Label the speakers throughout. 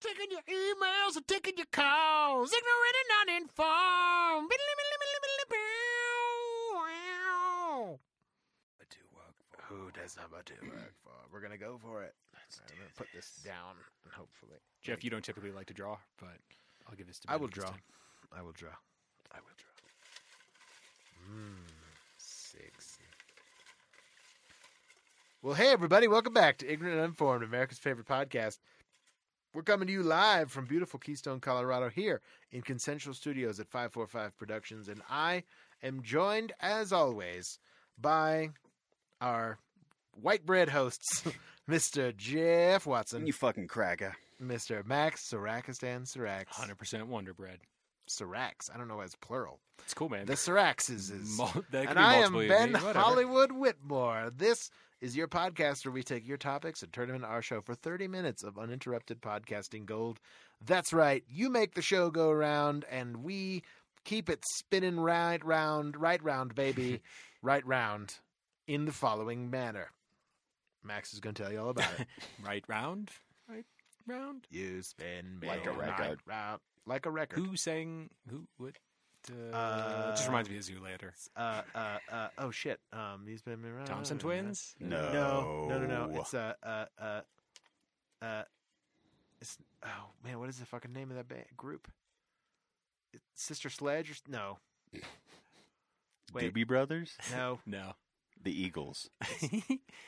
Speaker 1: taking your emails and taking your calls. Ignorant and uninformed.
Speaker 2: I do work for. Who does have a do work for? We're gonna go for it. Let's do gonna put this down and hopefully.
Speaker 3: Jeff, you don't typically like to draw, but I'll give this to.
Speaker 2: I will
Speaker 3: Benedict this
Speaker 2: draw.
Speaker 3: time.
Speaker 2: I will draw. I will draw. Mmm, sexy. Well, hey everybody, welcome back to Ignorant and Informed, America's favorite podcast. We're coming to you live from beautiful Keystone, Colorado, here in Consensual Studios at 545 Productions, and I am joined, as always, by our white bread hosts, Mr. Jeff Watson,
Speaker 4: You fucking cracker.
Speaker 2: Mr. Max Sarakistan Sarax.
Speaker 3: 100% Wonder Bread.
Speaker 2: Sarax. I don't know why it's plural.
Speaker 3: It's cool, man.
Speaker 2: The Saraxes is.
Speaker 3: Mul- that could
Speaker 2: and
Speaker 3: be
Speaker 2: I am
Speaker 3: multiple of
Speaker 2: Ben
Speaker 3: these, whatever.
Speaker 2: Hollywood Whitmore. This is your podcast where we take your topics and turn them into our show for 30 minutes of uninterrupted podcasting gold. That's right. You make the show go round and we keep it spinning right round, right round, baby, right round in the following manner. Max is going to tell you all about it.
Speaker 3: Right round? Right round?
Speaker 2: you spin me
Speaker 4: Like a
Speaker 2: right
Speaker 4: record.
Speaker 2: round- like a record.
Speaker 3: Who sang? Who? What? Uh,
Speaker 2: Uh,
Speaker 3: just reminds me of Zoolander.
Speaker 2: uh, uh, uh, oh shit. Um, he's been around.
Speaker 3: Thompson Twins?
Speaker 4: No.
Speaker 2: No, no, no, no. It's uh, uh, uh, uh, it's oh man, what is the fucking name of that band group? It's Sister Sledge? Or, s- no, wait.
Speaker 4: Doobie Brothers?
Speaker 2: no.
Speaker 3: No.
Speaker 4: The Eagles.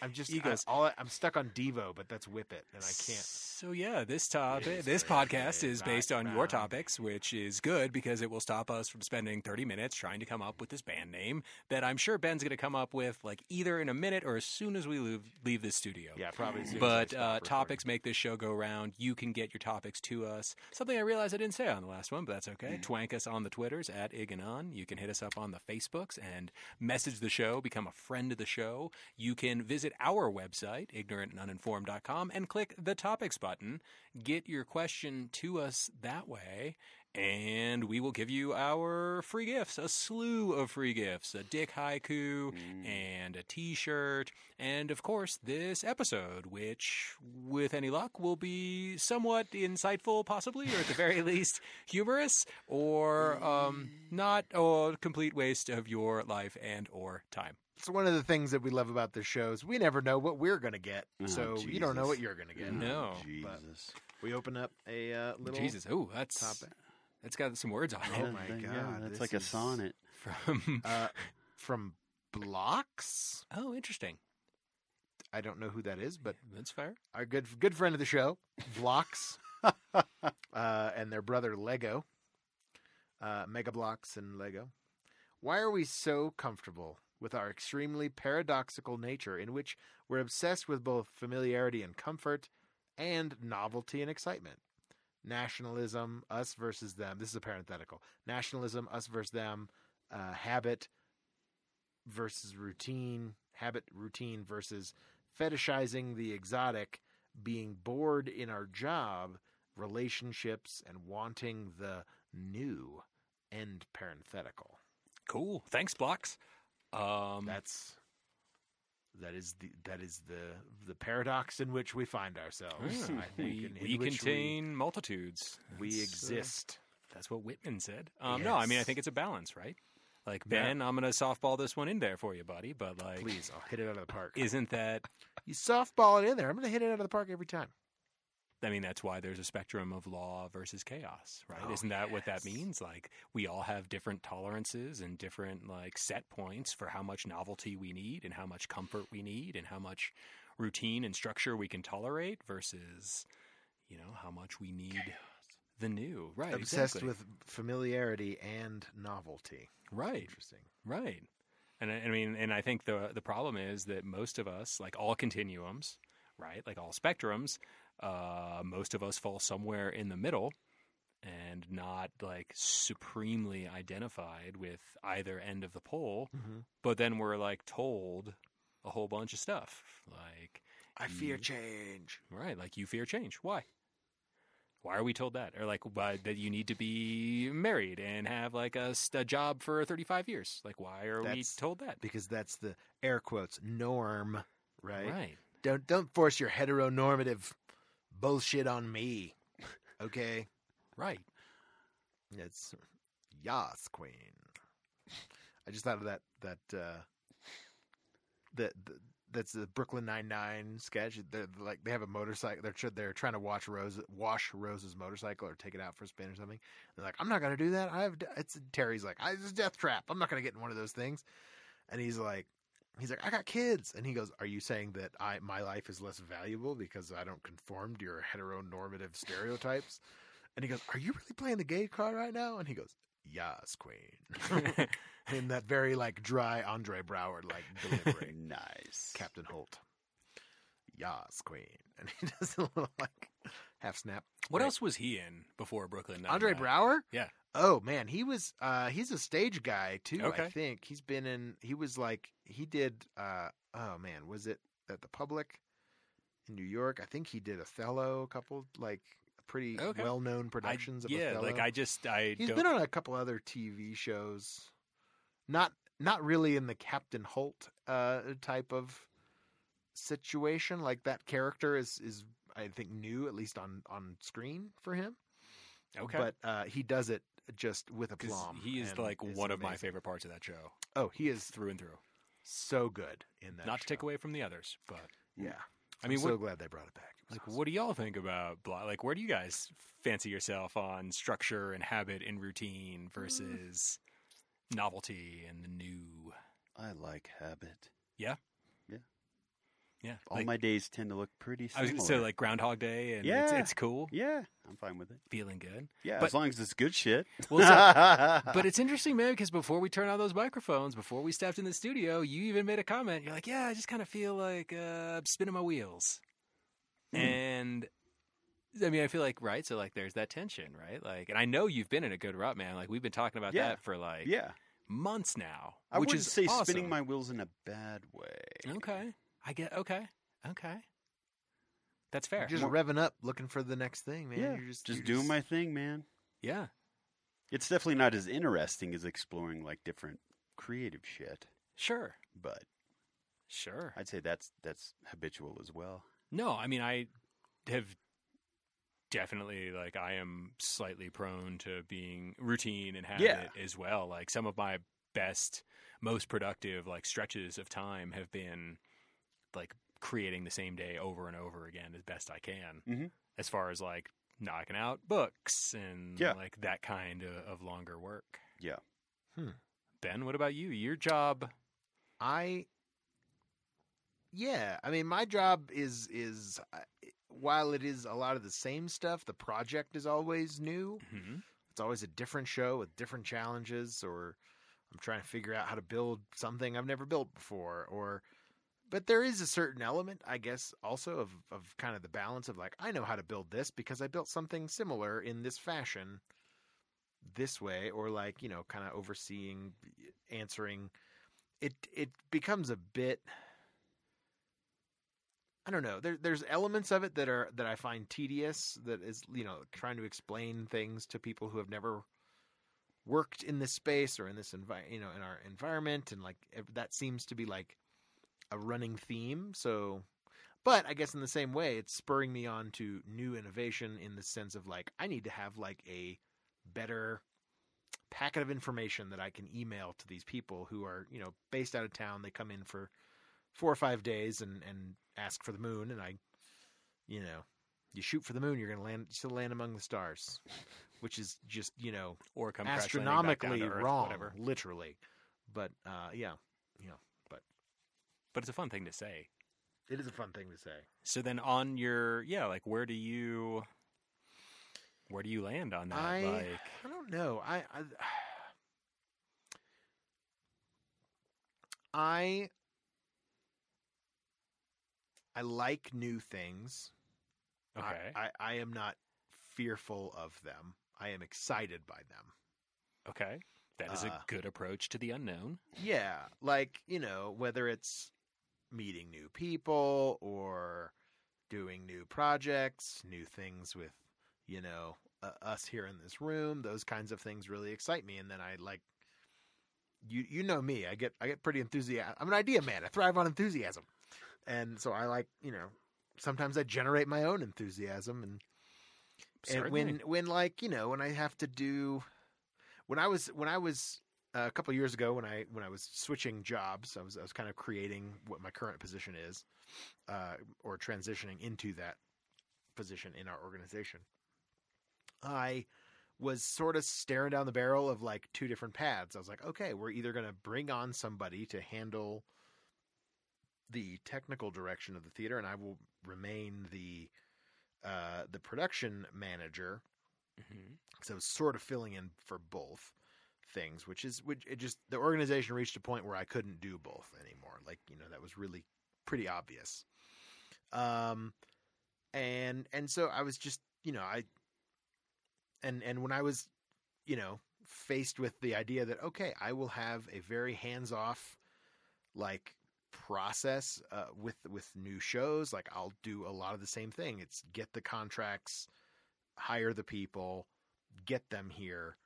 Speaker 2: I'm just I,
Speaker 3: Eagles.
Speaker 2: all I, I'm stuck on Devo, but that's Whip It, and I can't.
Speaker 3: So yeah, this topic,
Speaker 2: It's
Speaker 3: this
Speaker 2: very
Speaker 3: podcast
Speaker 2: good.
Speaker 3: is based on your
Speaker 2: Round.
Speaker 3: topics, which is good because it will stop us from spending 30 minutes trying to come up with this band name that I'm sure Ben's going to come up with like either in a minute or as soon as we leave, leave this studio.
Speaker 2: Yeah, probably. as soon as
Speaker 3: But
Speaker 2: we
Speaker 3: uh,
Speaker 2: stop recording.
Speaker 3: topics make this show go round. You can get your topics to us. Something I realized I didn't say on the last one, but that's okay. Twank us on the Twitters at Ig and On. You can hit us up on the Facebooks and message the show, become a friend of the show. You can visit our website, ignorantanduninformed.com, and click the topics button. Get your question to us that way. And we will give you our free gifts, a slew of free gifts, a dick haiku
Speaker 2: Mm.
Speaker 3: and a t shirt, and of course, this episode, which, with any luck, will be somewhat insightful, possibly, or at the very least, humorous, or um, not a complete waste of your life and or time.
Speaker 2: It's one of the things that we love about this show is we never know what we're gonna get,
Speaker 4: Oh,
Speaker 2: so you don't know
Speaker 4: Jesus.
Speaker 2: what you're gonna get.
Speaker 3: No.
Speaker 4: Mm, Jesus.
Speaker 2: We open up a uh, little
Speaker 3: Jesus, oh, that's
Speaker 2: topic.
Speaker 3: that's got some words on
Speaker 2: Oh
Speaker 3: it
Speaker 2: my
Speaker 4: That-
Speaker 2: God,
Speaker 4: that's
Speaker 2: this
Speaker 4: like a
Speaker 2: is-
Speaker 4: sonnet.
Speaker 3: from.
Speaker 2: uh, from Blocks.
Speaker 3: Oh, interesting.
Speaker 2: I don't know who that is, but
Speaker 3: That's fair.
Speaker 2: our good good friend of the show, Vlox, uh, and their brother Lego, uh, Mega Blocks and Lego. Why are we so comfortable with our extremely paradoxical nature, in which we're obsessed with both familiarity and comfort, and novelty and excitement? Nationalism, us versus them. This is a parenthetical. Nationalism, us versus them. Uh, habit versus routine. Habit routine versus fetishizing the exotic, being bored in our job, relationships, and wanting the new. End parenthetical.
Speaker 3: Cool. Thanks, Blocks. Um,
Speaker 2: That's that is the that is the the paradox in which we find ourselves.
Speaker 3: yeah,
Speaker 2: I think
Speaker 3: Hmm. we,
Speaker 2: and in
Speaker 3: we
Speaker 2: which
Speaker 3: contain multitudes.
Speaker 2: we, we
Speaker 3: That's, uh,
Speaker 2: exist.
Speaker 3: That's what Whitman said. Um, No, I mean I
Speaker 2: Yes.
Speaker 3: think it's a balance, right? Like
Speaker 2: Yeah.
Speaker 3: Ben, I'm gonna softball this one in there for you, buddy. But like,
Speaker 2: Please, I'll hit it out of the park.
Speaker 3: isn't that?
Speaker 2: you softball it in there. I'm going to hit it out of the park every time.
Speaker 3: I mean, that's why there's a spectrum of law versus chaos, right?
Speaker 2: Oh,
Speaker 3: isn't that what
Speaker 2: yes.
Speaker 3: that means? Like, we all have different tolerances and different like set points for how much novelty we need and how much comfort we need and how much routine and structure we can tolerate versus, you know, how much we need the new, right?
Speaker 2: Obsessed
Speaker 3: exactly.
Speaker 2: with familiarity and novelty.
Speaker 3: right.
Speaker 2: Interesting.
Speaker 3: Right. And I, I mean, and I think the the problem is that most of us, like all continuums, right, like all spectrums, uh, most of us fall somewhere in the middle, and not like supremely identified with either end of the pole.
Speaker 2: Mhm.
Speaker 3: But then we're like told a whole bunch of stuff, like
Speaker 2: I fear
Speaker 3: Mm.
Speaker 2: change.
Speaker 3: Right, like you fear change. Why? Why are we told that? Or like why, that you need to be married and have like a, s- a job for 35 years. Like why are
Speaker 2: That's-
Speaker 3: we told that?
Speaker 2: because that's the air quotes norm, right?
Speaker 3: Right.
Speaker 2: Don't don't force your heteronormative bullshit on me. Okay.
Speaker 3: Right.
Speaker 2: It's Yas Queen. I just thought of that that uh that, that that's the Brooklyn Nine Nine sketch. They're like they have a motorcycle. They're tr- they're trying to watch Rose wash Rose's motorcycle or take it out for a spin or something. They're like, I'm not gonna do that. I have d-" it's Terry's like, I it's a death trap. I'm not gonna get in one of those things. And he's like, he's like, I got kids. And he goes, Are you saying that I my life is less valuable because I don't conform to your heteronormative stereotypes? And he goes, Are you really playing the gay card right now? And he goes, Yes, Queen. In that very like dry Andre Broward like delivery.
Speaker 4: nice.
Speaker 2: Captain Holt. Yas, Queen. And he does a little like half snap.
Speaker 3: what
Speaker 2: Right.
Speaker 3: else was he in before Brooklyn? Nine-Nine?
Speaker 2: Andre Brower?
Speaker 3: Yeah.
Speaker 2: Oh man, he was uh he's a stage guy too, I
Speaker 3: Okay.
Speaker 2: think. He's been in he was like he did uh oh man, was it at the public in New York? I think he did Othello, a couple like pretty
Speaker 3: Okay.
Speaker 2: well known
Speaker 3: I-
Speaker 2: productions of
Speaker 3: yeah,
Speaker 2: Othello.
Speaker 3: like I just I
Speaker 2: He's
Speaker 3: don't.
Speaker 2: been on a couple other TV shows. Not not really in the Captain Holt uh, type of situation. Like that character is is I think new at least on on screen for him.
Speaker 3: okay.
Speaker 2: But uh, he does it just with
Speaker 3: 'Cause
Speaker 2: aplomb.
Speaker 3: he is
Speaker 2: and
Speaker 3: like one of my
Speaker 2: amazing.
Speaker 3: favorite parts of that show,
Speaker 2: Oh, he is
Speaker 3: through and through.
Speaker 2: so good in that.
Speaker 3: Not to take
Speaker 2: show.
Speaker 3: away from the others, but
Speaker 2: Yeah,
Speaker 3: I mean,
Speaker 2: I'm so
Speaker 3: what,
Speaker 2: glad they brought it back. It was
Speaker 3: like,
Speaker 2: awesome.
Speaker 3: what do y'all think about Bla Like, where do you guys fancy yourself on structure and habit and routine
Speaker 2: Mm.
Speaker 3: versus novelty and the new?
Speaker 4: I like habit.
Speaker 3: Yeah,
Speaker 4: All
Speaker 3: like,
Speaker 4: my days tend to look pretty
Speaker 3: I
Speaker 4: similar.
Speaker 3: was so like Groundhog Day, and it's,
Speaker 4: Yeah.
Speaker 3: it's cool,
Speaker 4: yeah, I'm fine with it.
Speaker 3: feeling good.
Speaker 4: Yeah,
Speaker 3: But-
Speaker 4: as long as it's good shit.
Speaker 3: Well, so- but it's interesting, man, because before we turned on those microphones, before we stepped in the studio, you even made a comment. You're like, "Yeah, I just kind of feel like uh, spinning my wheels,"
Speaker 4: Hmm.
Speaker 3: and I mean, I feel like right. So like, there's that tension, right? Like, and I know you've been in a good rut, man. Like we've been talking about
Speaker 4: Yeah.
Speaker 3: that for like
Speaker 4: yeah,
Speaker 3: months now,
Speaker 4: I
Speaker 3: which
Speaker 4: wouldn't
Speaker 3: is
Speaker 4: say
Speaker 3: awesome.
Speaker 4: spinning my wheels in a bad way.
Speaker 3: Okay, I get okay, okay. That's fair.
Speaker 2: You're just
Speaker 4: More-
Speaker 2: revving up, looking for the next thing, man.
Speaker 4: yeah,
Speaker 2: You're just
Speaker 4: just
Speaker 2: you're
Speaker 4: doing my thing, man.
Speaker 3: yeah,
Speaker 4: It's definitely not as interesting as exploring like different creative shit,
Speaker 3: sure,
Speaker 4: but
Speaker 3: sure.
Speaker 4: I'd say that's that's habitual as well.
Speaker 3: No, I mean I have definitely like I am slightly prone to being routine and habit as well. Like some of my best, most productive like stretches of time have been like creating the same day over and over again as best I can.
Speaker 4: Mhm.
Speaker 3: As far as like knocking out books and
Speaker 4: Yeah.
Speaker 3: like that kind of, of longer work.
Speaker 4: Yeah.
Speaker 2: Hmm.
Speaker 3: Ben, what about you? Your job?
Speaker 2: I yeah, I mean my job is is uh, while it is a lot of the same stuff, the project is always new.
Speaker 3: hmm
Speaker 2: It's always a different show with different challenges or I'm trying to figure out how to build something I've never built before or but there is a certain element, I guess, also of, of kind of the balance of like, I know how to build this because I built something similar in this fashion this way, or like, you know, kind of overseeing, answering. It it becomes a bit I don't know. There, there's elements of it that are that I find tedious. That is, you know, trying to explain things to people who have never worked in this space or in this envi- you know, in our environment, and like ev- that seems to be like a running theme. So, but I guess in the same way, it's spurring me on to new innovation in the sense of like I need to have like a better packet of information that I can email to these people who are you know based out of town. They come in for four or five days and and ask for the moon and i you know you shoot for the moon you're gonna land still land among the stars which is just you know
Speaker 3: Or come crash landing back down to
Speaker 2: astronomically
Speaker 3: Earth,
Speaker 2: wrong
Speaker 3: whatever.
Speaker 2: literally but uh yeah
Speaker 3: But it's a fun thing to say.
Speaker 2: it is a fun thing to say
Speaker 3: So then on your yeah, like where do you where do you land on that?
Speaker 2: I-
Speaker 3: like
Speaker 2: I don't know. I I, I I like new things. I-
Speaker 3: Okay.
Speaker 2: I, I am not fearful of them. I am excited by them.
Speaker 3: okay. That is a
Speaker 2: uh,
Speaker 3: good approach to the unknown.
Speaker 2: Yeah, like, you know, whether it's meeting new people or doing new projects, new things with, you know, uh, us here in this room, those kinds of things really excite me and then I like you you know me, I get I get pretty enthusiastic. I'm an idea man. I thrive on enthusiasm. And so I like, you know, sometimes I generate my own enthusiasm and and
Speaker 3: Certainly.
Speaker 2: when when like you know when I have to do when I was when I was uh, a couple of years ago when I when I was switching jobs I was I was kind of creating what my current position is uh, or transitioning into that position in our organization I was sort of staring down the barrel of like two different paths I was like okay we're either going to bring on somebody to handle the technical direction of the theater and I will remain the uh, the production manager
Speaker 3: Mhm.
Speaker 2: so sort of filling in for both things which is which it just the organization reached a point where i couldn't do both anymore like you know that was really pretty obvious um and and so i was just you know i and and when i was you know faced with the idea that okay i will have a very hands off like process uh, with with new shows like i'll do a lot of the same thing it's get the contracts hire the people get them here,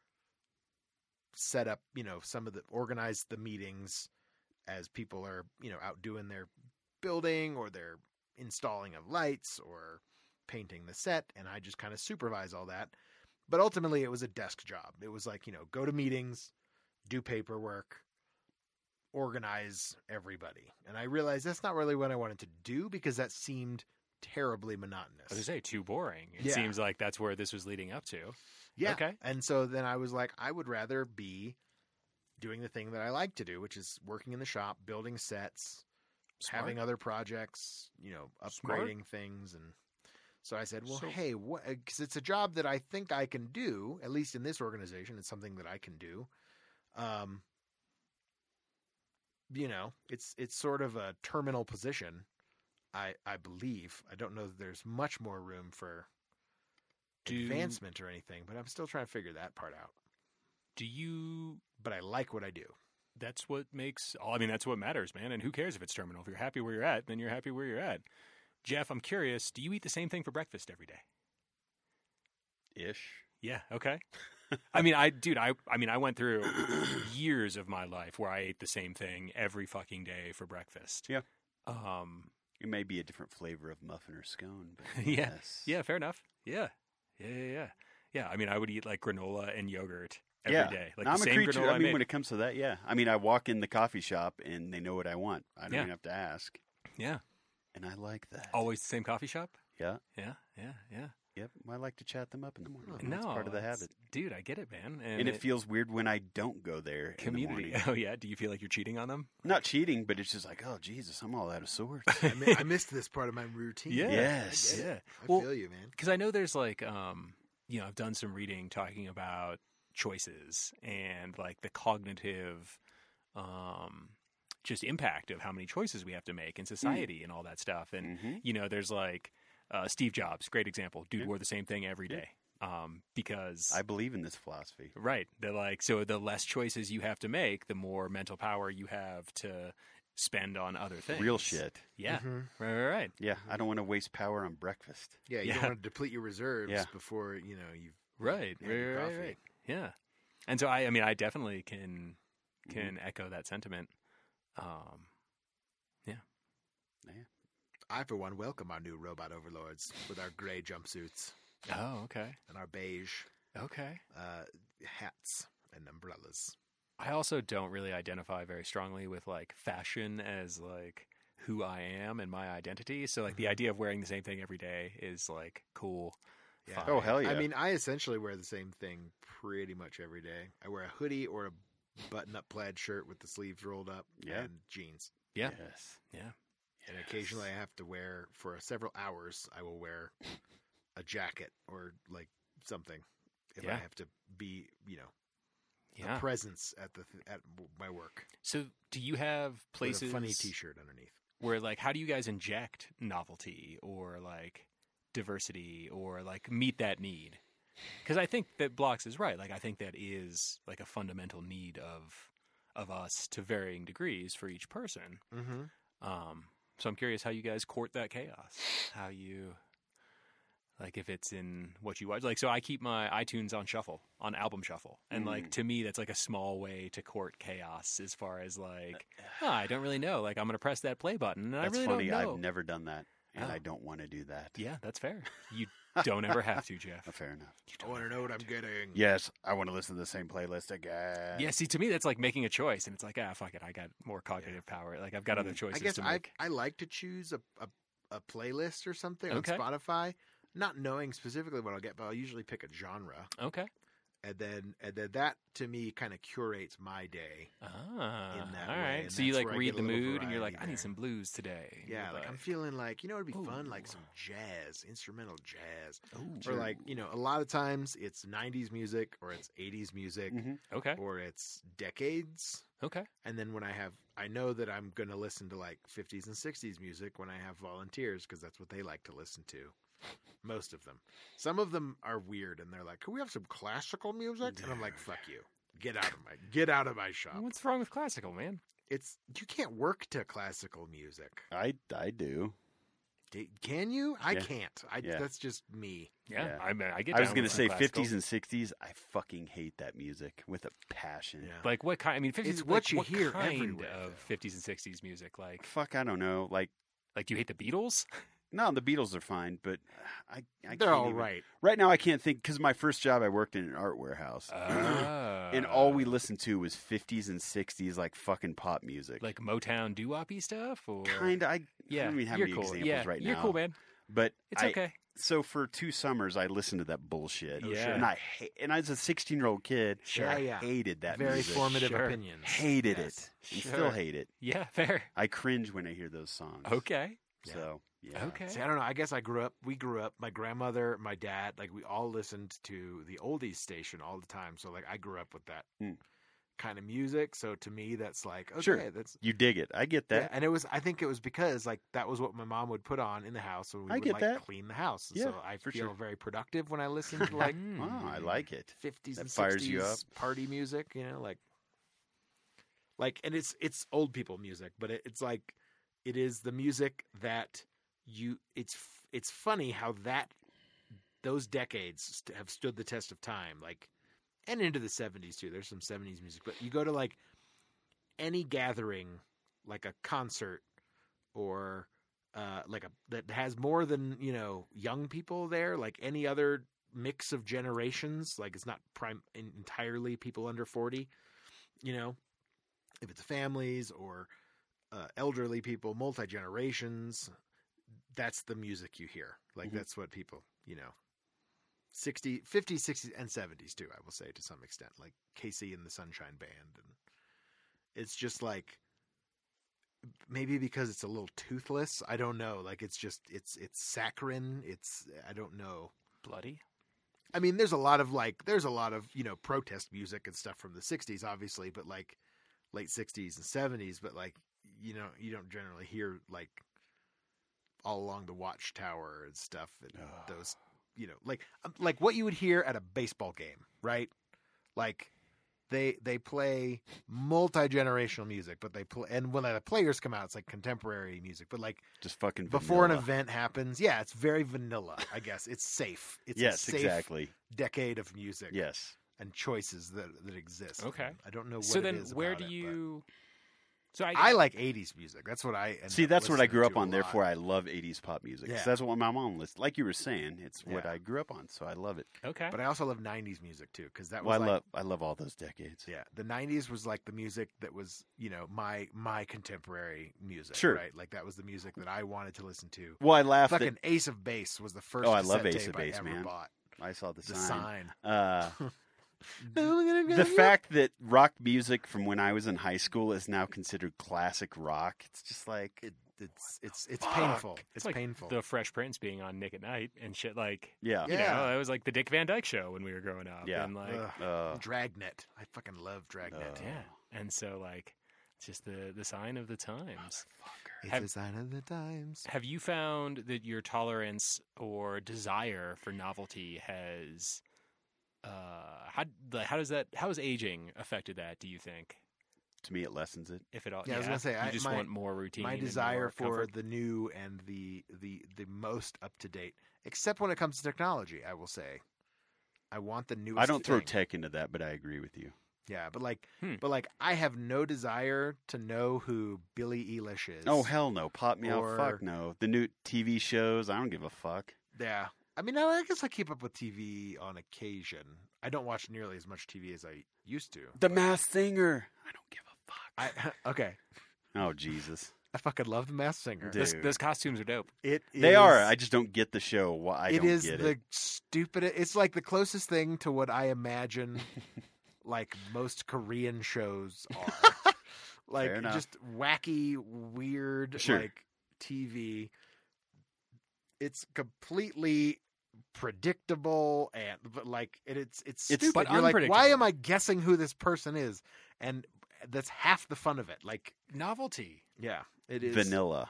Speaker 2: set up, you know, some of the organize the meetings as people are, you know, out doing their building or their installing of lights or painting the set. And I just kind of supervise all that. But ultimately, it was a desk job. It was like, you know, go to meetings, do paperwork, organize everybody. And I realized that's not really what I wanted to do because that seemed terribly monotonous.
Speaker 3: I was gonna say too boring. It
Speaker 2: Yeah.
Speaker 3: seems like that's where this was leading up to.
Speaker 2: Yeah.
Speaker 3: Okay.
Speaker 2: And so then I was like, I would rather be doing the thing that I like to do, which is working in the shop, building sets,
Speaker 3: Smart.
Speaker 2: having other projects, you know,
Speaker 3: Smart.
Speaker 2: upgrading things. And so I said, well,
Speaker 3: So-
Speaker 2: hey, what? Because it's a job that I think I can do, at least in this organization, it's something that I can do. Um, you know, it's it's sort of a terminal position. I I believe. I don't know that there's much more room for
Speaker 3: Do-
Speaker 2: advancement or anything, but I'm still trying to figure that part out.
Speaker 3: Do you?
Speaker 2: But I like what I do.
Speaker 3: That's what makes. I mean, that's what matters, man. And who cares if it's terminal? If you're happy where you're at, then you're happy where you're at. Jeff, I'm curious. Do you eat the same thing for breakfast every day?
Speaker 4: Ish.
Speaker 3: Yeah. Okay. I mean, I dude, I I mean, I went through years of my life where I ate the same thing every fucking day for breakfast.
Speaker 4: Yeah.
Speaker 3: Um.
Speaker 4: It may be a different flavor of muffin or scone. But
Speaker 3: Yeah.
Speaker 4: yes.
Speaker 3: Yeah. Fair enough. Yeah. Yeah. Yeah. Yeah. Yeah. I mean, I would eat like granola and yogurt every day.
Speaker 4: yeah.
Speaker 3: Like
Speaker 4: No,
Speaker 3: the
Speaker 4: I'm
Speaker 3: same
Speaker 4: a creature.
Speaker 3: granola
Speaker 4: I mean,
Speaker 3: made.
Speaker 4: when it comes to that, yeah. I mean, I walk in the coffee shop and they know what I want. I don't
Speaker 3: Yeah.
Speaker 4: even have to ask,
Speaker 3: yeah. Oh.
Speaker 4: and I like that.
Speaker 3: Always the same coffee shop.
Speaker 4: yeah,
Speaker 3: Yeah. Yeah. Yeah.
Speaker 4: yep. I like to chat them up in the morning.
Speaker 2: Oh,
Speaker 3: no,
Speaker 4: That's part of the
Speaker 3: it's-
Speaker 4: habit.
Speaker 3: dude. I get it, man. And,
Speaker 4: And, it, feels weird when I don't go there. In the
Speaker 3: community.
Speaker 4: morning.
Speaker 3: oh yeah. Do you feel like you're cheating on them?
Speaker 4: Not cheating, but it's just like, oh Jesus, I'm all out of sorts.
Speaker 2: I, mi- I missed this part of my routine.
Speaker 3: Yeah.
Speaker 4: Yes.
Speaker 2: I, get it.
Speaker 3: Yeah.
Speaker 2: I
Speaker 3: Well,
Speaker 2: feel you, man.
Speaker 3: because I know there's like, um, you know, I've done some reading talking about choices and like the cognitive, um, just impact of how many choices we have to make
Speaker 4: Mm.
Speaker 3: in society and all that stuff. And
Speaker 4: Mhm.
Speaker 3: you know, there's like uh, Steve Jobs, great example. Dude
Speaker 4: Yeah.
Speaker 3: wore the same thing every
Speaker 4: Yeah.
Speaker 3: day um, because
Speaker 4: I believe in this philosophy.
Speaker 3: Right. They're like so the less choices you have to make, the more mental power you have to spend on other things.
Speaker 4: Real shit. Mm-hmm.
Speaker 3: Yeah.
Speaker 2: Mhm.
Speaker 3: Right, right, right.
Speaker 4: Yeah, I don't want to waste power on breakfast.
Speaker 2: Yeah, you don't
Speaker 3: Yeah.
Speaker 2: want to deplete your reserves
Speaker 4: Yeah.
Speaker 2: before you know you've
Speaker 3: Right.
Speaker 2: had your
Speaker 3: right, right,
Speaker 2: coffee.
Speaker 3: right. Yeah. And so I I mean I definitely can can echo that sentiment. Um
Speaker 2: I, for one, welcome our new robot overlords with our gray jumpsuits
Speaker 3: Oh, okay.
Speaker 2: and our beige
Speaker 3: Okay.
Speaker 2: uh, hats and umbrellas.
Speaker 3: I also don't really identify very strongly with like fashion as like who I am and my identity. So like the idea of wearing the same thing every day is like cool.
Speaker 2: Yeah.
Speaker 3: Fine.
Speaker 4: Oh hell yeah!
Speaker 2: I mean, I essentially wear the same thing pretty much every day. I wear a hoodie or a button-up plaid shirt with the sleeves rolled up
Speaker 4: Yeah.
Speaker 2: and jeans.
Speaker 3: yeah.
Speaker 4: yes.
Speaker 3: Yeah.
Speaker 2: And occasionally I have to wear for several hours I will wear a jacket or like something if I
Speaker 3: Yeah.
Speaker 2: have to be, you know,
Speaker 3: Yeah.
Speaker 2: a presence at the th- at w- my work.
Speaker 3: So do you have
Speaker 2: With
Speaker 3: places
Speaker 2: a funny t-shirt underneath.
Speaker 3: where like how do you guys inject novelty or like diversity or like meet that need because i think that blocks is right like i think that is like a fundamental need of of us to varying degrees for each person
Speaker 2: Mhm.
Speaker 3: um so i'm curious how you guys court that chaos how you like if it's in what you watch like so i keep my itunes on shuffle on album shuffle and like
Speaker 4: Mm.
Speaker 3: to me that's like a small way to court chaos as far as like "Ah, i don't really know like i'm gonna press that play button and i
Speaker 4: That's
Speaker 3: really
Speaker 4: funny.
Speaker 3: don't know
Speaker 4: I've never done that. and
Speaker 3: Oh.
Speaker 4: I don't want to do that.
Speaker 3: Yeah, that's fair. You don't ever have to, Jeff.
Speaker 4: Uh, Fair enough.
Speaker 3: You
Speaker 2: Oh, I want
Speaker 3: don't
Speaker 2: to
Speaker 3: ever
Speaker 2: know what
Speaker 3: have
Speaker 2: I'm
Speaker 3: to.
Speaker 2: getting.
Speaker 4: Yes, I want to listen to the same playlist again.
Speaker 3: Mm. Yeah, see, to me, that's like making a choice, and it's like, ah, fuck it, I got more cognitive power. Like I've got other
Speaker 2: I
Speaker 3: choices
Speaker 2: guess
Speaker 3: to
Speaker 2: I
Speaker 3: make.
Speaker 2: I like to choose a a, a playlist or something
Speaker 3: Okay.
Speaker 2: on Spotify, not knowing specifically what I'll get, but I'll usually pick a genre,
Speaker 3: Okay.
Speaker 2: and then and then that to me kind of curates my day.
Speaker 3: Ah,
Speaker 2: that
Speaker 3: all
Speaker 2: way,
Speaker 3: right.
Speaker 2: and
Speaker 3: so you
Speaker 2: that's
Speaker 3: like
Speaker 2: where I
Speaker 3: read
Speaker 2: get a
Speaker 3: the
Speaker 2: little
Speaker 3: mood, and you're like,
Speaker 2: variety
Speaker 3: I need
Speaker 2: there.
Speaker 3: some blues today. And
Speaker 2: Yeah,
Speaker 3: you're
Speaker 2: like I'm feeling like you know it'd be fun
Speaker 3: Ooh.
Speaker 2: like some jazz, instrumental jazz,
Speaker 3: Ooh,
Speaker 2: or like you know a lot of times it's '90s music or it's '80s music
Speaker 4: Mhm.
Speaker 3: okay,
Speaker 2: or it's decades.
Speaker 3: okay,
Speaker 2: And then when I have, I know that I'm going to listen to like 50s and 60s music when I have volunteers because that's what they like to listen to. Most of them. Some of them are weird and they're like, "Can we have some classical music?" And I'm like, "Fuck you. Get out of my get out of my shop."
Speaker 3: What's wrong with classical, man?
Speaker 2: It's you can't work to classical music.
Speaker 4: I I do.
Speaker 2: D- Can you? I
Speaker 4: Yeah.
Speaker 2: can't. I
Speaker 4: Yeah.
Speaker 2: that's just me.
Speaker 3: Yeah,
Speaker 4: Yeah.
Speaker 3: I mean, I get.
Speaker 4: I was
Speaker 3: down
Speaker 4: gonna
Speaker 3: with some
Speaker 4: say
Speaker 3: classical.
Speaker 4: fifties and sixties. I fucking hate that music with a passion.
Speaker 2: Yeah.
Speaker 3: Like what kind? I mean, 50s,
Speaker 2: It's
Speaker 3: like,
Speaker 2: what you
Speaker 3: what
Speaker 2: hear
Speaker 3: kind
Speaker 2: everywhere,
Speaker 3: of
Speaker 2: though.
Speaker 3: 50s and 60s music. Like,
Speaker 4: Fuck, I don't know. Like,
Speaker 3: like you hate the Beatles?
Speaker 4: no, the Beatles are fine, but I,
Speaker 2: They're
Speaker 4: I can't
Speaker 2: all
Speaker 4: even-
Speaker 2: right.
Speaker 4: Right now, I can't think because my first job I worked in an art warehouse,
Speaker 3: Uh,
Speaker 4: and all we
Speaker 3: Oh.
Speaker 4: listened to was fifties and sixties, like fucking pop music.
Speaker 3: like Motown doo-woppy stuff, or
Speaker 4: kind of. I,
Speaker 3: Yeah,
Speaker 4: I don't even have
Speaker 3: you're
Speaker 4: any
Speaker 3: cool.
Speaker 4: examples
Speaker 3: yeah,
Speaker 4: right
Speaker 3: you're
Speaker 4: now.
Speaker 3: cool, man.
Speaker 4: But
Speaker 3: It's
Speaker 4: I-
Speaker 3: okay.
Speaker 4: So for two summers, I listened to that bullshit.
Speaker 3: Oh, sure.
Speaker 4: and I ha- and I was a sixteen year old kid.
Speaker 2: Sure.
Speaker 4: I
Speaker 2: Yeah, yeah.
Speaker 4: hated that
Speaker 2: Very
Speaker 4: music.
Speaker 2: formative
Speaker 3: Sure.
Speaker 2: opinions.
Speaker 4: Hated
Speaker 3: Yes.
Speaker 4: it. And
Speaker 3: Sure.
Speaker 4: Still hate it.
Speaker 3: Yeah, fair.
Speaker 4: I cringe when I hear those songs.
Speaker 3: Okay,
Speaker 2: Yeah.
Speaker 4: So yeah.
Speaker 3: okay.
Speaker 2: See, I don't know. I guess I grew up. We grew up. My grandmother, my dad, like we all listened to the oldies station all the time. So like I grew up with that
Speaker 4: Mm.
Speaker 2: kind of music. So to me, that's like okay,
Speaker 4: Sure.
Speaker 2: that's
Speaker 4: You dig it. I get
Speaker 2: yeah,
Speaker 4: that.
Speaker 2: And it was. I think it was because like that was what my mom would put on in the house when we
Speaker 4: I
Speaker 2: would
Speaker 4: get
Speaker 2: like
Speaker 4: that.
Speaker 2: clean the house. And
Speaker 4: Yeah,
Speaker 2: so I
Speaker 4: for
Speaker 2: feel
Speaker 4: sure.
Speaker 2: very productive when I listen to like
Speaker 3: Mm.
Speaker 4: Wow, Ah,
Speaker 2: Hmm.
Speaker 4: I like it.
Speaker 2: fifties
Speaker 4: That
Speaker 2: and
Speaker 4: fires you
Speaker 2: sixties party music. You know, like like and it's it's old people music, but it, it's like it is the music that you it's f- it's funny how that those decades st- have stood the test of time like and into the 70s too there's some 70s music but you go to like any gathering like a concert or uh like a that has more than you know young people there like any other mix of generations like it's not prime en- entirely people under 40 you know if it's families or uh, elderly people multi generations that's the music you hear like
Speaker 4: Mhm.
Speaker 2: that's what people you know 60 50s 60s and 70s too i will say to some extent like casey and the sunshine band and it's just like maybe because it's a little toothless i don't know like it's just it's it's saccharine it's i don't know
Speaker 3: bloody.
Speaker 2: I mean, there's a lot of like, there's a lot of you know protest music and stuff from the '60s, obviously, but like late '60s and '70s. But like, you know, you don't generally hear like all along the Watchtower and stuff and
Speaker 4: Ugh.
Speaker 2: those, you know, like um, like what you would hear at a baseball game, right? Like they they play multi generational music, but they play and when the players come out, it's like contemporary music, but like
Speaker 4: Just fucking
Speaker 2: before an
Speaker 4: vanilla.
Speaker 2: event happens, yeah, it's very vanilla. I guess it's safe. It's a
Speaker 4: yes,
Speaker 2: safe
Speaker 4: exactly.
Speaker 2: decade of music
Speaker 4: Yes.
Speaker 2: and choices that that exist.
Speaker 3: Okay.
Speaker 2: I don't know what
Speaker 3: So
Speaker 2: it
Speaker 3: then,
Speaker 2: is
Speaker 3: where
Speaker 2: about
Speaker 3: do
Speaker 2: it, but-
Speaker 3: you? So I,
Speaker 2: I like 80s music. That's what I end
Speaker 4: See,
Speaker 2: up
Speaker 4: that's what I
Speaker 2: listening
Speaker 4: grew up
Speaker 2: to a
Speaker 4: on. Therefore,
Speaker 2: lot.
Speaker 4: I love '80s pop music. 'cause
Speaker 2: Yeah.
Speaker 4: That's what my mom listened. Like you were saying, it's what
Speaker 2: Yeah.
Speaker 4: I grew up on, so I love it.
Speaker 3: okay.
Speaker 2: But I also love 90s music too cuz that was
Speaker 4: Well, I
Speaker 2: like
Speaker 4: love, I love all those decades.
Speaker 2: yeah, the 90s was like the music that was, you know, my my contemporary music,
Speaker 4: Sure.
Speaker 2: right? Like that was the music that I wanted to listen to.
Speaker 4: Well, I laughed. at-
Speaker 2: Fucking Ace of Base was the first
Speaker 4: Oh, I love
Speaker 2: cassette
Speaker 4: Ace
Speaker 2: tape
Speaker 4: of Base,
Speaker 2: I ever
Speaker 4: man.
Speaker 2: bought.
Speaker 4: I saw the,
Speaker 2: The
Speaker 4: sign.
Speaker 2: sign.
Speaker 4: Uh, the
Speaker 2: the
Speaker 4: fact that rock music from when I was in high school is now considered classic rock, it's just like
Speaker 2: it, it's it's it's
Speaker 4: fuck?
Speaker 2: painful. It's,
Speaker 3: like
Speaker 2: painful.
Speaker 3: the Fresh Prince being on Nick at Night and shit. Like,
Speaker 4: yeah.
Speaker 3: you
Speaker 2: Yeah.
Speaker 3: know, uh, that was like the Dick Van Dyke Show when we were growing up.
Speaker 4: Yeah.
Speaker 3: and like,
Speaker 2: Ugh.
Speaker 4: Uh,
Speaker 2: Dragnet. I fucking love Dragnet.
Speaker 4: Uh,
Speaker 3: yeah, and so like, it's just the the sign of the times.
Speaker 2: It's
Speaker 3: Have-
Speaker 2: a sign of the times.
Speaker 3: Have you found that your tolerance or desire for novelty has uh how like, how does that how has aging affected that? Do you think,
Speaker 4: to me, it lessens it.
Speaker 3: if at all?
Speaker 2: Yeah, I was gonna say,
Speaker 3: you
Speaker 2: I-
Speaker 3: just
Speaker 2: my-
Speaker 3: want more routine.
Speaker 2: My
Speaker 3: and
Speaker 2: desire
Speaker 3: more
Speaker 2: for
Speaker 3: comfort?
Speaker 2: the new and the the the most up to date, except when it comes to technology, I will say, I want the newest.
Speaker 4: I don't throw
Speaker 2: thing.
Speaker 4: tech into that, but I agree with you.
Speaker 2: Yeah, but like,
Speaker 3: Hmm.
Speaker 2: but like, I have no desire to know who Billie Eilish is.
Speaker 4: Oh hell no! Pop me
Speaker 2: Or-
Speaker 4: out. Fuck no. The new TV shows. I don't give a fuck.
Speaker 2: yeah. I mean, I I guess I keep up with TV on occasion. I don't watch nearly as much TV as I used to.
Speaker 4: The Masked Singer. I don't give a fuck.
Speaker 2: I okay.
Speaker 4: Oh Jesus.
Speaker 2: I fucking love The Masked Singer.
Speaker 4: Dude.
Speaker 3: Those, those costumes are dope.
Speaker 2: It
Speaker 4: They are.
Speaker 2: is-
Speaker 4: I just don't get the show. Why I
Speaker 2: it
Speaker 4: don't
Speaker 2: is
Speaker 4: get
Speaker 2: the
Speaker 4: it.
Speaker 2: stupidest. It's like the closest thing to what I imagine, like most Korean shows are. like
Speaker 4: Fair enough.
Speaker 2: just wacky, weird,
Speaker 4: Sure.
Speaker 2: like TV. It's completely predictable and but like it, it's it's
Speaker 4: It's-
Speaker 2: stupid.
Speaker 3: but
Speaker 2: You're like, why
Speaker 3: unpredictable.
Speaker 2: am I guessing who this person is? And that's half the fun of it. Like,
Speaker 3: Novelty.
Speaker 2: yeah, it is
Speaker 4: vanilla.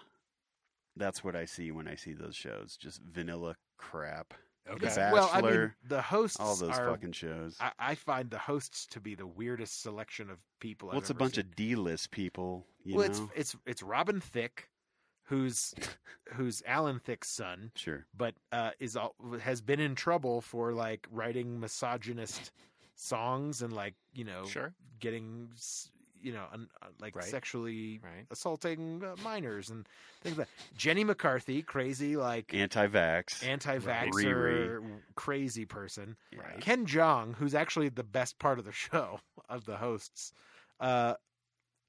Speaker 4: That's what I see when I see those shows. Just vanilla crap.
Speaker 3: Okay.
Speaker 4: Bad-
Speaker 2: Well, I mean,
Speaker 4: Bachelor,
Speaker 2: the hosts
Speaker 4: All those
Speaker 2: are
Speaker 4: fucking shows.
Speaker 2: I, I find the hosts to be the weirdest selection of people.
Speaker 4: well,
Speaker 2: I've
Speaker 4: it's a
Speaker 2: ever
Speaker 4: bunch
Speaker 2: seen.
Speaker 4: of D-list people. You
Speaker 2: well,
Speaker 4: know.
Speaker 2: it's it's it's Robin Thicke, who's who's Alan Thicke's son,
Speaker 4: Sure.
Speaker 2: but uh, is all, has been in trouble for like writing misogynist songs and like you know
Speaker 3: Sure.
Speaker 2: getting s- you know un, uh, like
Speaker 3: Right.
Speaker 2: sexually
Speaker 3: Right.
Speaker 2: assaulting uh, minors and things like that. Jenny McCarthy, crazy like
Speaker 4: Anti-vax.
Speaker 2: anti-vaxxer, crazy person.
Speaker 3: Right.
Speaker 2: Ken Jong, who's actually the best part of the show of the hosts, uh,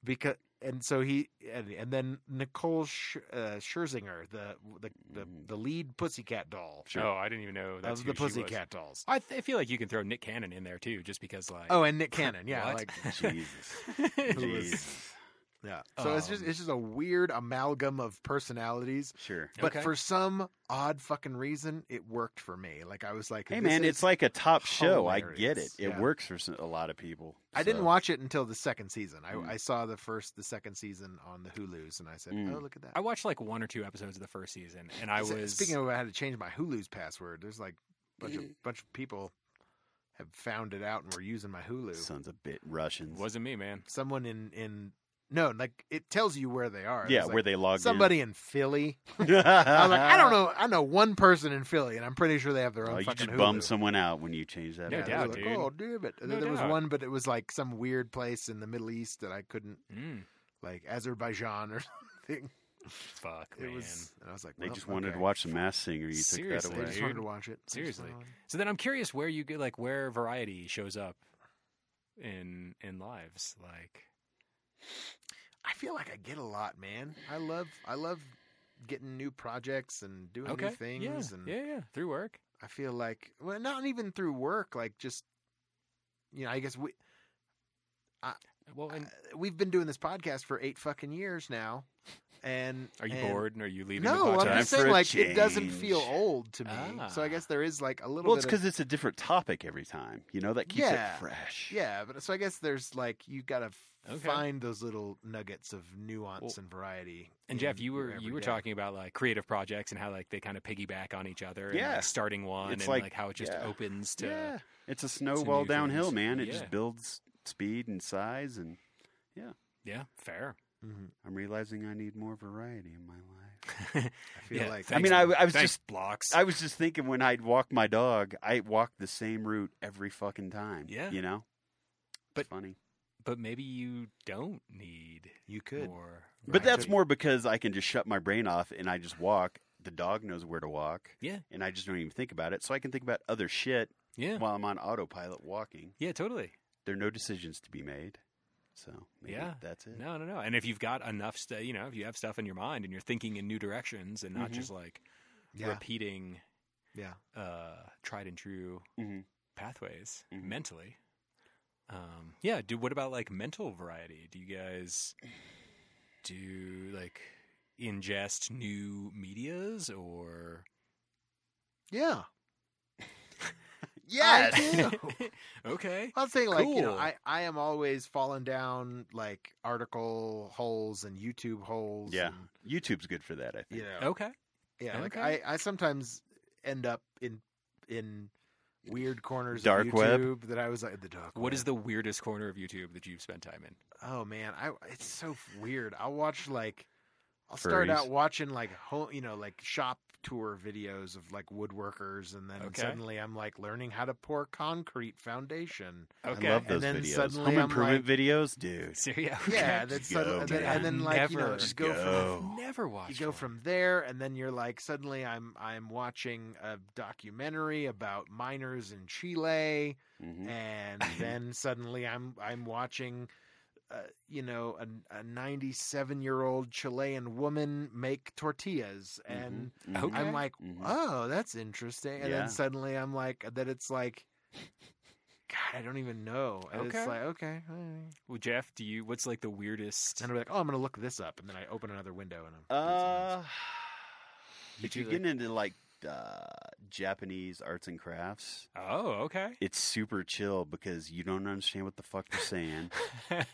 Speaker 2: because and so he and, and then Nicole Sch, uh, Scherzinger, the, the the the lead Pussycat doll
Speaker 4: Sure.
Speaker 3: Oh, I didn't even know Mm. that's
Speaker 2: of the
Speaker 3: who she was.
Speaker 2: Pussycat Dolls.
Speaker 3: I, th- I feel like you can throw Nick Cannon in there too, just because like
Speaker 2: Oh, and Nick Cannon, yeah,
Speaker 3: what?
Speaker 2: like
Speaker 4: Jesus.
Speaker 2: Who was-
Speaker 4: Jesus.
Speaker 2: yeah. So it's just
Speaker 3: Um,
Speaker 2: it's just a weird amalgam of personalities.
Speaker 4: Sure.
Speaker 2: But
Speaker 3: Okay.
Speaker 2: for some odd fucking reason, it worked for me. Like I was like,
Speaker 4: Hey
Speaker 2: this
Speaker 4: man,
Speaker 2: is-
Speaker 4: it's like a top show. I get it.
Speaker 2: hilarious.
Speaker 4: It
Speaker 2: Yeah.
Speaker 4: works for some, a lot of people.
Speaker 2: I didn't
Speaker 4: so-
Speaker 2: watch it until the second season. I,
Speaker 4: Mm.
Speaker 2: I saw the first, the second season on the Hulu's, and I said,
Speaker 4: Mm.
Speaker 2: "Oh, look at that!"
Speaker 3: I watched like one or two episodes of the first season, and I
Speaker 2: S-
Speaker 3: was
Speaker 2: speaking of, I had to change my Hulu's password. There's like a bunch of bunch of people have found it out and were using my Hulu.
Speaker 4: Sons of bit Russians.
Speaker 3: wasn't me, man.
Speaker 2: Someone in in no, like it tells you where they are.
Speaker 4: yeah,
Speaker 2: It's like,
Speaker 4: where they logged
Speaker 2: somebody in Philly.
Speaker 4: in.
Speaker 2: I was like, I don't know. I know one person in Philly, and I'm pretty sure they have their own
Speaker 4: Oh, you
Speaker 2: fucking
Speaker 4: just
Speaker 2: Hulu.
Speaker 4: bummed someone out when you changed that.
Speaker 3: No
Speaker 2: Yeah,
Speaker 4: out.
Speaker 2: they were
Speaker 3: doubt,
Speaker 2: like,
Speaker 3: dude.
Speaker 2: Oh, damn it! And
Speaker 3: No
Speaker 2: then there
Speaker 3: doubt.
Speaker 2: was one, but it was like some weird place in the Middle East that I couldn't,
Speaker 3: Mm,
Speaker 2: like Azerbaijan or something.
Speaker 3: fuck,
Speaker 2: It
Speaker 3: man.
Speaker 2: was, and I was like,
Speaker 4: They
Speaker 2: well,
Speaker 4: just wanted
Speaker 2: okay.
Speaker 4: to watch The Mass Singer. You
Speaker 3: Seriously,
Speaker 4: took
Speaker 2: They
Speaker 3: away.
Speaker 4: that
Speaker 2: just
Speaker 3: dude.
Speaker 2: wanted to watch it. They just
Speaker 3: Seriously.
Speaker 2: wanted to watch
Speaker 3: So then I'm curious where you get like where variety shows up in in lives. Like
Speaker 2: it. I feel like I get a lot, man. I love, I love getting new projects and doing
Speaker 3: okay,
Speaker 2: new things,
Speaker 3: yeah,
Speaker 2: and
Speaker 3: yeah, yeah, through work.
Speaker 2: I feel like, well, not even through work, like just, you know, I guess we
Speaker 3: Well, and
Speaker 2: uh, we've been doing this podcast for eight fucking years now, and
Speaker 3: are you
Speaker 2: and-
Speaker 3: bored? And are you leaving? the
Speaker 2: No,
Speaker 3: podcast?
Speaker 2: I'm
Speaker 4: Time
Speaker 2: just
Speaker 4: for
Speaker 2: saying,
Speaker 4: a
Speaker 2: like it doesn't feel
Speaker 4: change.
Speaker 2: old to me. So
Speaker 3: Ah.
Speaker 2: I guess there is like a little.
Speaker 4: Well, it's
Speaker 2: bit of-
Speaker 4: because it's a different topic every time. You know that keeps
Speaker 2: Yeah.
Speaker 4: it fresh.
Speaker 2: Yeah, but so I guess there's like you gotta f-
Speaker 3: Okay.
Speaker 2: find those little nuggets of nuance
Speaker 3: Well,
Speaker 2: and variety.
Speaker 3: And Jeff,
Speaker 2: in
Speaker 3: you
Speaker 2: your
Speaker 3: were you were
Speaker 2: everyday.
Speaker 3: talking about like creative projects and how like they kind of piggyback on each other. And,
Speaker 4: Yeah.
Speaker 3: like, starting one
Speaker 4: It's
Speaker 3: and
Speaker 4: like-
Speaker 3: like, how it just
Speaker 4: yeah.
Speaker 3: opens to.
Speaker 4: yeah. It's a snowball
Speaker 3: new
Speaker 4: downhill,
Speaker 3: things.
Speaker 4: man. It
Speaker 3: Yeah.
Speaker 4: just builds speed and size, and
Speaker 3: yeah, fair.
Speaker 2: Mhm.
Speaker 4: I'm realizing I need more variety in my life.
Speaker 2: I feel
Speaker 3: Yeah,
Speaker 2: like
Speaker 4: I
Speaker 3: Thanks,
Speaker 4: mean, I,
Speaker 3: man.
Speaker 4: I was
Speaker 3: Thanks,
Speaker 4: just
Speaker 3: blocks.
Speaker 4: I was just thinking when I'd walk my dog, I walk the same route every fucking time.
Speaker 3: Yeah.
Speaker 4: You know?
Speaker 3: But-
Speaker 4: funny.
Speaker 3: but maybe you don't need
Speaker 2: you could.
Speaker 3: more.
Speaker 4: But that's
Speaker 3: variety.
Speaker 4: more because I can just shut my brain off and I just walk. The dog knows where to walk.
Speaker 3: Yeah.
Speaker 4: And I just don't even think about it. So I can think about other shit
Speaker 3: Yeah,
Speaker 4: while I'm on autopilot walking.
Speaker 3: yeah, totally.
Speaker 4: There are no decisions to be made. So maybe
Speaker 3: Yeah.
Speaker 4: that's it.
Speaker 3: No, no, no. And if you've got enough, stu you know, if you have stuff in your mind and you're thinking in new directions and not
Speaker 4: Mhm.
Speaker 3: just like
Speaker 2: Yeah,
Speaker 3: repeating
Speaker 2: yeah.
Speaker 3: uh, tried and true
Speaker 4: Mhm.
Speaker 3: pathways
Speaker 4: Mhm.
Speaker 3: mentally. Um, yeah. Do what about like mental variety? Do you guys do like ingest new medias or?
Speaker 2: Yeah. I do.
Speaker 3: okay.
Speaker 2: I'm saying like you know
Speaker 3: Cool.
Speaker 2: I I am always falling down like article holes and YouTube holes.
Speaker 4: Yeah.
Speaker 2: and,
Speaker 4: YouTube's good for that, I
Speaker 2: you
Speaker 4: think.
Speaker 2: know.
Speaker 3: Okay.
Speaker 2: Yeah, like
Speaker 3: Oh, Okay.
Speaker 2: I, I sometimes end up in in weird corners
Speaker 4: Dark
Speaker 2: of
Speaker 4: web.
Speaker 2: YouTube that I was like the dark.
Speaker 3: What
Speaker 2: web.
Speaker 3: is the weirdest corner of YouTube that you've spent time in?
Speaker 2: Oh man, I it's so weird. I'll watch like I'll start out
Speaker 4: Furries.
Speaker 2: watching like home, you know, like shop tour videos of like woodworkers, and then
Speaker 3: Okay.
Speaker 2: suddenly I'm like learning how to pour concrete foundation.
Speaker 3: Okay.
Speaker 4: I love
Speaker 2: And
Speaker 4: those
Speaker 2: then
Speaker 4: videos.
Speaker 2: suddenly
Speaker 4: Home
Speaker 2: I'm
Speaker 4: improvement videos, dude.
Speaker 3: Syria.
Speaker 2: Yeah,
Speaker 3: Okay.
Speaker 2: then
Speaker 4: Just
Speaker 2: suddenly,
Speaker 4: go,
Speaker 2: and, then,
Speaker 4: man.
Speaker 2: and then like you know,
Speaker 3: Never.
Speaker 2: just
Speaker 4: Just
Speaker 2: go,
Speaker 4: go.
Speaker 2: from
Speaker 4: Oh.
Speaker 3: Never
Speaker 2: you
Speaker 3: watched.
Speaker 2: go
Speaker 3: one.
Speaker 2: from there, and then you're like suddenly I'm I'm watching a documentary about miners in Chile.
Speaker 4: Mhm.
Speaker 2: and then suddenly I'm I'm watching, uh, you know, a, a 97 year old Chilean woman make tortillas, and
Speaker 4: Mhm.
Speaker 3: Okay.
Speaker 2: I'm like,
Speaker 4: Mhm.
Speaker 2: oh, that's interesting. And
Speaker 4: Yeah.
Speaker 2: then suddenly I'm like, that it's like, God, I don't even know. And
Speaker 3: Okay.
Speaker 2: it's like, okay, all right.
Speaker 3: Well, Jeff, do you? What's like the weirdest?
Speaker 2: and I'm like, oh, I'm gonna look this up, and then I open another window and I'm.
Speaker 4: Uh,
Speaker 3: You
Speaker 4: if you're
Speaker 3: do
Speaker 4: getting into like uh, Japanese arts and crafts,
Speaker 3: Oh, okay.
Speaker 4: it's super chill because you don't understand what the fuck they're saying,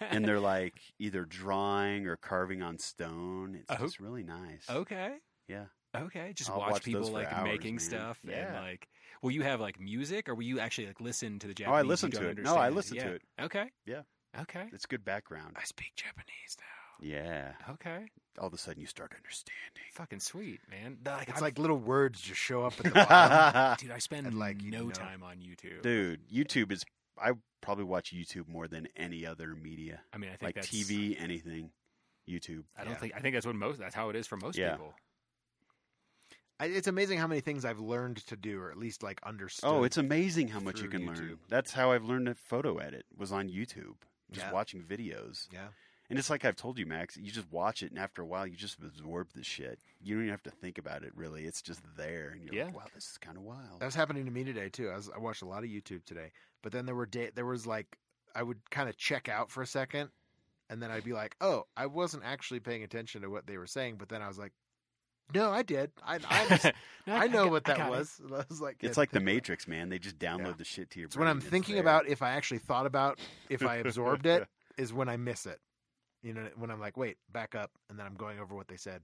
Speaker 4: and they're like either drawing or carving on stone. It's
Speaker 3: Oh.
Speaker 4: just really nice.
Speaker 3: okay.
Speaker 4: Yeah.
Speaker 3: Okay, just
Speaker 4: I'll
Speaker 3: watch,
Speaker 4: watch
Speaker 3: people
Speaker 4: those for
Speaker 3: like
Speaker 4: hours,
Speaker 3: making
Speaker 4: man.
Speaker 3: stuff and
Speaker 2: Yeah.
Speaker 3: like. Will you have like music, or will you actually like listen to the
Speaker 4: Oh,
Speaker 3: Japanese?
Speaker 4: I
Speaker 3: you
Speaker 4: listen
Speaker 3: don't
Speaker 4: to it. No, I
Speaker 3: understand?
Speaker 4: listen
Speaker 3: Yeah.
Speaker 4: to it.
Speaker 3: Okay.
Speaker 4: Yeah.
Speaker 3: Okay.
Speaker 4: It's good background.
Speaker 3: I speak Japanese now.
Speaker 4: Yeah.
Speaker 3: Okay.
Speaker 4: All of a sudden, you start understanding.
Speaker 3: Fucking sweet, man.
Speaker 2: It's
Speaker 3: I'm-
Speaker 2: like little words just show up at the bottom.
Speaker 3: dude, I spend
Speaker 2: and,
Speaker 3: like
Speaker 2: like, you
Speaker 3: no
Speaker 2: know.
Speaker 3: time on YouTube.
Speaker 4: Dude, YouTube is. I probably watch YouTube more than any other media,
Speaker 3: I mean, I think
Speaker 4: like
Speaker 3: that's
Speaker 4: TV, anything. YouTube.
Speaker 3: I don't
Speaker 2: Yeah.
Speaker 3: think I think that's what most. That's how it is for most
Speaker 4: Yeah.
Speaker 3: people.
Speaker 2: I, it's amazing how many things I've learned to do, or at least like understood.
Speaker 4: Oh, it's amazing how much you
Speaker 2: through
Speaker 4: can
Speaker 2: YouTube.
Speaker 4: learn. That's how I've learned to photo edit was on YouTube, just
Speaker 2: Yeah.
Speaker 4: watching videos.
Speaker 2: yeah.
Speaker 4: And it's like I've told you, Max. You just watch it, and after a while, you just absorb the shit. You don't even have to think about it. Really, it's just there, and you're
Speaker 3: Yeah.
Speaker 4: like, "Wow, this is kind of wild."
Speaker 2: That was happening to me today too. I, was, I watched a lot of YouTube today, but then there were day, there was like I would kind of check out for a second, and then I'd be like, "Oh, I wasn't actually paying attention to what they were saying," but then I was like, "No, I did. I I, just,
Speaker 3: No,
Speaker 2: I know
Speaker 3: got-
Speaker 2: what
Speaker 3: I
Speaker 2: that
Speaker 3: got it.
Speaker 2: was." I was like,
Speaker 4: it's
Speaker 2: "Yeah,
Speaker 4: like
Speaker 2: think
Speaker 4: the
Speaker 2: about it."
Speaker 4: Matrix, man. They just download
Speaker 2: Yeah.
Speaker 4: the shit to your.
Speaker 2: It's when I'm
Speaker 4: brain. It's
Speaker 2: thinking
Speaker 4: there.
Speaker 2: about if I actually thought about if I absorbed it is when I miss it. You know, when I'm like, "Wait, back up," and then I'm going over what they said.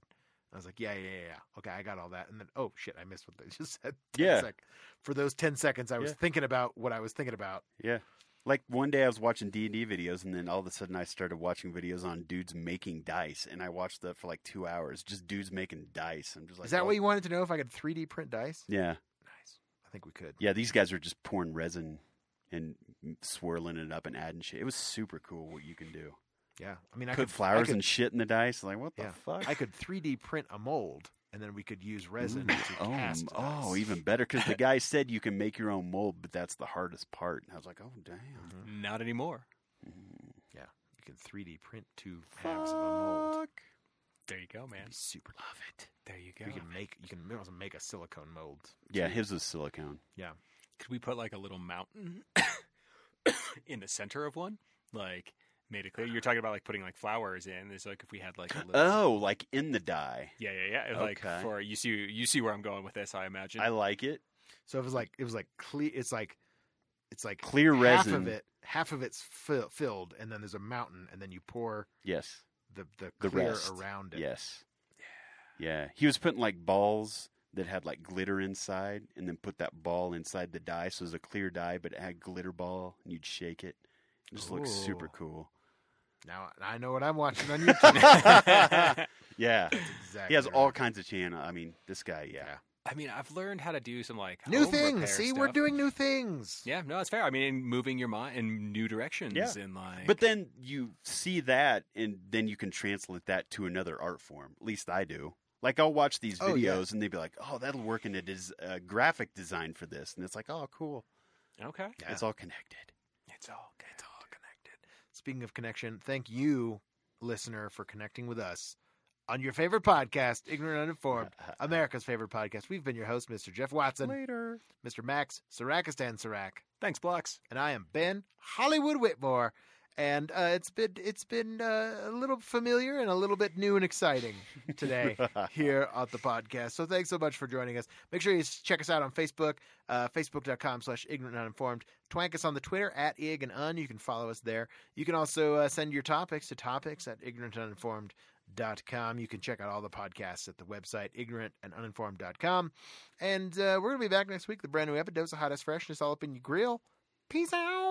Speaker 2: I was like, "Yeah, yeah, yeah, yeah. Okay, I got all that." And then, oh shit, I missed what they just said. 10
Speaker 4: Yeah.
Speaker 2: sec- For those ten seconds, I was
Speaker 4: Yeah.
Speaker 2: thinking about what I was thinking about.
Speaker 4: Yeah. Like one day I was watching D and D videos, and then all of a sudden I started watching videos on dudes making dice, and I watched that for like two hours, just dudes making dice. I'm just like,
Speaker 2: Is that
Speaker 4: oh.
Speaker 2: what you wanted to know? If I could 3D print dice?
Speaker 4: Yeah,
Speaker 2: Nice. I think we could.
Speaker 4: yeah. These guys are just pouring resin and swirling it up and adding shit. It was super cool what you can do.
Speaker 2: Yeah. I mean, I
Speaker 4: Put
Speaker 2: could
Speaker 4: flowers
Speaker 2: I could,
Speaker 4: and shit in the dice. Like what the
Speaker 2: Yeah.
Speaker 4: fuck?
Speaker 2: I could 3D print a mold, and then we could use resin
Speaker 4: Ooh,
Speaker 2: to
Speaker 4: oh,
Speaker 2: cast.
Speaker 4: m- oh,
Speaker 2: dice.
Speaker 4: even better because the guy said you can make your own mold, but that's the hardest part. And I was like, oh damn.
Speaker 3: Not anymore.
Speaker 2: Mm-hmm. you could 3D print two halves of a mold.
Speaker 4: Fuck.
Speaker 3: There you go,
Speaker 2: That'd
Speaker 3: man.
Speaker 2: be super.
Speaker 4: Love it.
Speaker 3: There you go.
Speaker 2: You can make. You can also make a silicone mold.
Speaker 4: Yeah, his was silicone.
Speaker 3: Could we put like a little mountain in the center of one? Like made it clear. You're talking about like putting like flowers in. It's like if we had like a little
Speaker 4: Oh, like in the die.
Speaker 3: Yeah, yeah, yeah. Like
Speaker 4: Okay.
Speaker 3: for you see you see where I'm going with this, I imagine.
Speaker 4: I like it.
Speaker 2: So it was like it was like clear. It's like it's like
Speaker 4: Clear
Speaker 2: half
Speaker 4: resin.
Speaker 2: of it. Half of it's fill, filled, and then there's a mountain, and then you pour
Speaker 4: Yes.
Speaker 2: the the
Speaker 4: The
Speaker 2: clear
Speaker 4: rest.
Speaker 2: around it.
Speaker 4: Yes. Yeah. He was putting like balls that had like glitter inside and then put that ball inside the die. So it was a clear die, but it had glitter ball and you'd shake it. It just looks super
Speaker 2: Ooh.
Speaker 4: cool.
Speaker 2: Now I know what I'm watching on YouTube.
Speaker 4: Yeah.
Speaker 2: exactly.
Speaker 4: He has
Speaker 2: right.
Speaker 4: all kinds of channel. I mean, this guy, yeah.
Speaker 3: I mean, I've learned how to do some like
Speaker 2: new
Speaker 3: home repair
Speaker 2: things. See, we're
Speaker 3: stuff.
Speaker 2: doing new things.
Speaker 3: Yeah, no, it's fair. I mean, in moving your mind in new directions and like
Speaker 4: But then you see that and then you can translate that to another art form. At least I do. Like I'll watch these videos
Speaker 2: Oh, yeah.
Speaker 4: and they'd be like, "Oh, that'll work in a des- uh, graphic design for this," and it's like, "Oh, cool!
Speaker 3: Okay.
Speaker 2: Yeah.
Speaker 4: It's all connected."
Speaker 3: It's all it's all connected.
Speaker 2: Speaking of connection, thank you, listener, for connecting with us on your favorite podcast, Ignorant Uninformed, America's favorite podcast. We've been your host, Mr. Jeff Watson,
Speaker 4: Later.
Speaker 2: Mr. Max Sarakistan Sarak,
Speaker 3: Thanks, Blocks.
Speaker 2: and I am Ben Hollywood Whitmore. And uh, it's been it's been uh, a little familiar and a little bit new and exciting today here on the podcast. So thanks so much for joining us. Make sure you s- check us out on Facebook, uh, facebook.com slash ignorant and uninformed. Twank us on the Twitter at ig and un. You can follow us there. You can also uh, send your topics to topics at ignorantanduninformed.com. You can check out all the podcasts at the website ignorantanduninformed.com. And uh, we're going to be back next week with a brand new episode of Hot as Freshness all up in your grill. Peace out.